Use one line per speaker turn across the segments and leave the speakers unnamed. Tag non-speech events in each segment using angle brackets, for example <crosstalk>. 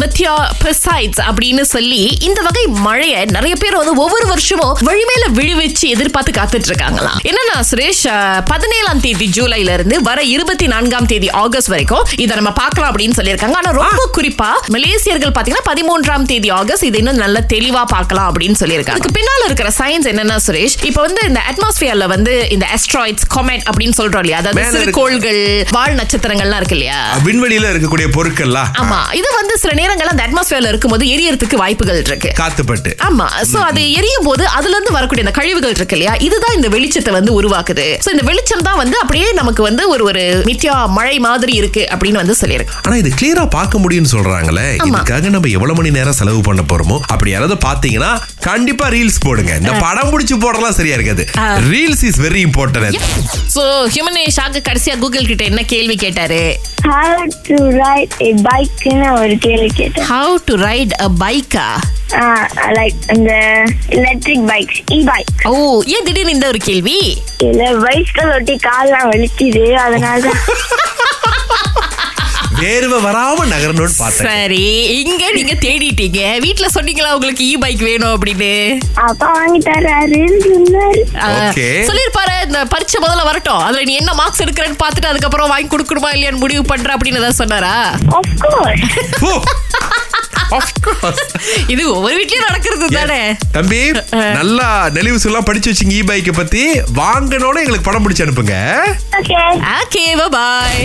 மெத்தியா பெசைட்ஸ் அப்படின்னு சொல்லி இந்த வகை மழையை நிறைய பேர் வந்து ஒவ்வொரு வருஷமும் வழிமேல விழுவிச்சு எதிர்பார்த்து காத்துட்டு இருக்காங்களாம் என்னன்னா சுரேஷ் அஹ், பதினேழாம் தேதி ஜூலைல இருந்து வர இருபத்தி நான்காம் தேதி ஆகஸ்ட் வரைக்கும் இதை நம்ம பார்க்கலாம் அப்படின்னு சொல்லியிருக்காங்க ஆனா ரொம்ப குறிப்பா மலேசியர்கள் பாத்தீங்கன்னா பதிமூன்றாம் தேதி ஆகஸ்ட் இது இன்னும் நல்லா தெளிவா பார்க்கலாம் அப்படின்னு சொல்லியிருக்காங்க அதுக்கு பின்னால இருக்கிற சயின்ஸ் என்னன்னா சுரேஷ் இப்போ வந்து இந்த அட்மாஸ்பியர்ல வந்து இந்த அஸ்ட்ராய்ட்ஸ் காமெட் அப்படின்னு சொல்றோம் இல்லையா அதாவது
மேல இருக்கு.
சிறுகோள்கள் வால் நட்சத்திரங்கள்லாம் இருக்கு இல்லையா
விண்வெளியில இருக்கக்கூடிய பொருட்கள்லாம்
ஆமா இது வந்து சில நேரங்கள்ல அந்த அட்மாஸ்பியர்ல இருக்கும்போது எரியறதுக்கு வாய்ப்புகள் இருக்கு
காத்துப்பட்டு
ஆமா சோ அது எரியும் போது அதுல இருந்து வரக்கூடிய அந்த கழிவுகள் இருக்கு இல்லையா இதுதான் இந்த வெளிச்சத்தை வந்து உருவாக்குது சோ இந்த வெளிச்சம் தான் வந்து அப்படியே நமக்கு வந்து ஒரு ஒரு மித்யா மழை மாதிரி இருக்கு அப்படின்னு வந்து சொல்லியிருக்கு
ஆனா இது கிளியரா பார்க்க முடியும்னு சொல்றாங்களே
ஆமா.
இதுக்காக நம்ம எவ்வளவு மணி நேரம் செலவு பண்ண போறோமோ அப்படி யாராவது பாத்தீங்கன்னா கண்டிப்பா ரீல்ஸ் போடுங்க இந்த படம் பிடிச்சு போடலாம் சரியா இருக்காது reels is very important
so ஹியூமனேஷ் ஆக கடைசியா கூகுள் கிட்ட என்ன கேள்வி கேட்டாரு
how to ride a bike ன்னு ஒரு கேள்வி கேட்டேன்
ஹவு டு ரைட் அ பைக்கா
லைக் அந்த எலக்ட்ரிக் பைக் இ பைக்
ஓ ஏன் திடீர்னு இந்த ஒரு கேள்வி
இதுல பைஸ்கள் ஒட்டி கால்லாம் வலிக்குது அதனால தான்
வேர்வை வராம நகரணும்னு பார்த்தேன்
சரி இங்க நீங்க தேடிட்டீங்க வீட்ல சொன்னீங்களா உங்களுக்கு இ பைக் வேணும் அப்படின்னு
அப்பா வாங்கி தர்றாருன்னு சொன்னாரு
Okay.
சொல்லிருப்பாரு இந்த பரீட்சை முதல்ல வரட்டும் அதுல நீ என்ன மார்க்ஸ் எடுக்கிறேன்னு பார்த்துட்டு அதுக்கப்புறம் வாங்கி கொடுக்கணுமா இல்லையான்னு முடிவு பண்ற அப்படின்னு ஏதாவது சொன்னாரா
ஆஃப் கோர்ஸ்
ஓ. Of course.
இது ஒவ்வொரு வீட்லயும் நடக்கிறது தானே
தம்பி நல்லா நெளிவுஸ் எல்லாம் படிச்சு வச்சுங்க இ பைக்கை பத்தி வாங்கினோட எங்களுக்கு படம் பிடிச்சு அனுப்புங்க
ஓகே
ஓகே பாய்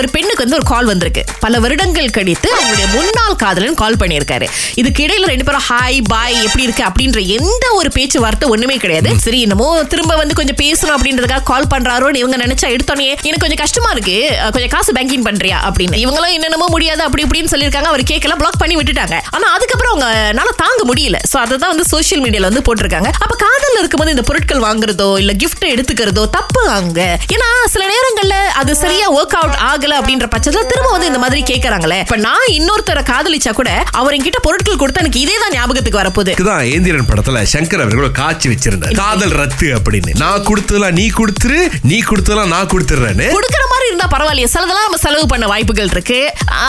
ஒரு பெண்ணுக்கு வந்து ஒரு கால் வந்திருக்கு பல வருடங்கள் கழித்து அவங்களுடைய முன்னாள் காதலன் கால் பண்ணியிருக்காரு இதுக்கு இடையில ரெண்டு பேரும் ஹாய் பாய் எப்படி இருக்கு அப்படின்ற எந்த ஒரு பேச்சுவார்த்தை ஒண்ணுமே கிடையாது சரி என்னமோ திரும்ப வந்து கொஞ்சம் பேசணும் அப்படின்றதுக்காக கால் பண்றாரோன்னு இவங்க நினைச்சா எடுத்தோன்னே எனக்கு கொஞ்சம் கஷ்டமா இருக்கு அஹ் கொஞ்சம் காசு பேங்கிங் பண்றியா அப்படின்னு இவங்களும் என்னென்னமோ முடியாது அப்படி இப்படின்னு சொல்லியிருக்காங்க அவர் கேட்கல பிளாக் பண்ணி விட்டுட்டாங்க ஆனா அதுக்கப்புறம் அவங்கனால தாங்க முடியல சோ அதுதான் வந்து சோஷியல் மீடியால வந்து போட்டிருக்காங்க அப்ப காதல்ல இருக்கும்போது இந்த பொருட்கள் வாங்குறதோ இல்ல gift எடுத்துக்கிறதோ தப்பு அங்க ஏன்னா சில நேரங்கள்ல அது சரியா ஒர்க் அவுட் ஆகல அப்படின்ற பட்சத்துல திரும்ப வந்து இந்த மாதிரி கேக்குறாங்களே இப்ப நான் இன்னொருத்தரை காதலிச்சா கூட அவர் என்கிட்ட பொருட்கள் கொடுத்தா எனக்கு இதே தான் ஞாபகத்துக்கு வரப்போகுது
இதுதான் ஏந்திரன் படத்துல சங்கர் அவர்கள் ஒரு காட்சி வச்சிருந்தார் காதல் ரத்து அப்படின்னு நான் கொடுத்ததெல்லாம் நீ கொடுத்துரு நீ கொடுத்ததெல்லாம் நான் கொடுத்துறேன்னு
கொடுக்கற மாதிரி இருந்தா பரவாயில்லையே சிலதெல்லாம் நம்ம செலவு பண்ண வாய்ப்புகள் இருக்கு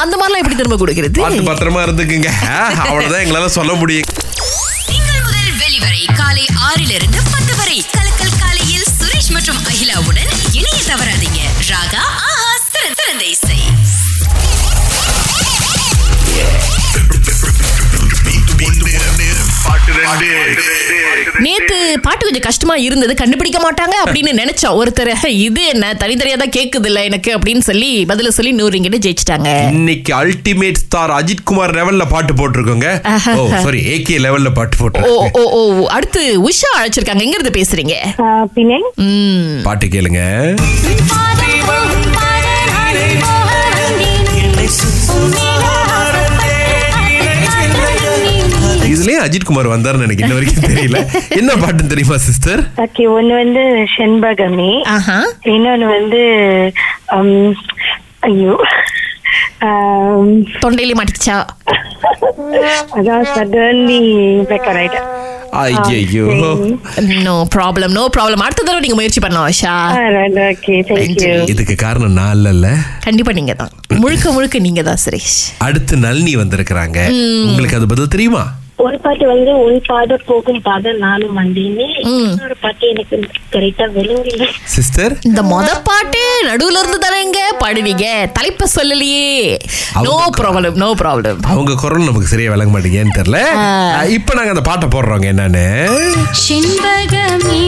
அந்த மாதிரிலாம் எப்படி திரும்ப கொடுக்கிறது
பார்த்து பத்திரமா இருந்துக்குங்க அவ்வளவுதான் எங்களால சொல்ல முடியும்
திங்கள் முதல் வெளிவரை காலை ஆறிலிருந்து பத்து வரை கலக்கல் காலையில் சுரேஷ் மற்றும் அகிலாவுடன் இணைய தவறாதீங்க ராகா ஆஹா சிறந்த சிறந்த இசை
நேத்து பாட்டு கொஞ்சம் கஷ்டமா இருந்தது கண்டுபிடிக்க மாட்டாங்க அப்படின்னு நினைச்சோம் ஒருத்தர் "ஹே, இது என்ன தனித்தனியா தான் கேக்குது இல்ல எனக்கு அப்படின்னு சொல்லி பதில சொல்லி நூறு ringgit ஜெயிச்சிட்டாங்க
இன்னைக்கு அல்டிமேட் ஸ்டார் அஜித் குமார் லெவல்ல பாட்டு போட்டிருக்கோங்க ஓ சாரி ஏகே லெவல்ல பாட்டு
ஓ
போட்டிருக்கோங்க
ஓ ஓ அடுத்து உஷா அழைச்சிருக்காங்க எங்க இருந்து பேசுறீங்க
பின்னே
ம்
பாட்டு கேளுங்க இதுலயும் அஜித் குமார் வந்தாருன்னு எனக்கு இன்ன வரைக்கும் தெரியல என்ன பாட்டுன்னு தெரியுமா சிஸ்டர்
ஓகே ஒன்னு வந்து செண்பகமே
ஆஹா
இன்னொன்னு வந்து உம், ஐயோ <laughs> ஆம்,
தொண்டையில மாட்டிச்சா
அதான் சடன்லி பேக்கர் ஆயிட்டேன்
ஐயோ
நோ ப்ராப்ளம் நோ ப்ராப்ளம் அடுத்த தடவை நீங்க முயற்சி பண்ணலாம் உஷா
ஓகே தேங்க்யூ
இதுக்கு காரணம் நான் இல்லல்ல
கண்டிப்பா நீங்க தான் முழுக்க முழுக்க நீங்க தான் சுரேஷ்
அடுத்து நளினி வந்திருக்கிறாங்க உங்களுக்கு அது பதில் தெரியுமா
ஒரு பாட்டு வந்து உன் பாதம் போகும் பாதம் நானும் வந்தேன்னு
ம்.
இன்னொரு பாட்டு எனக்கு கரெக்டா விளங்கல
சிஸ்டர்
இந்த மொத பாட்டு நடுவுல இருந்து தானேங்க பாடுவீங்க தலைப்ப சொல்லலையே நோ ப்ராப்ளம் நோ ப்ராப்ளம்
அவங்க குரல் நமக்கு சரியா விளங்க மாட்டேங்கன்னு தெரியல அஹ், இப்ப நாங்க அந்த பாட்டை போடுறோங்க என்னன்னு
சிம்பகமே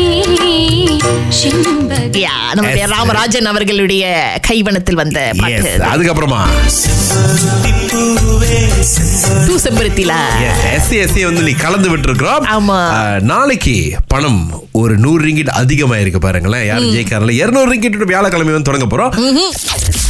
சிம்பக
யா, நம்முடைய
Yes.
ராமராஜன் அவர்களுடைய கைவனத்தில் வந்த பாட்டு
Yes, அதுக்கப்புறமா
தூ செம்பருத்தில
எஸ்சி எஸ்சி E வந்து நீ கலந்து விட்டுருக்கிறோம்
ஆமா.
அஹ், நாளைக்கு பணம் ஒரு நூறு ரிங்கிட் அதிகமாயிருக்கு பாருங்களேன் யாரும் ஜெயிக்காரல இருநூறு ரிங்கிட் வியாழக்கிழமை வந்து தொடங்க போறோம்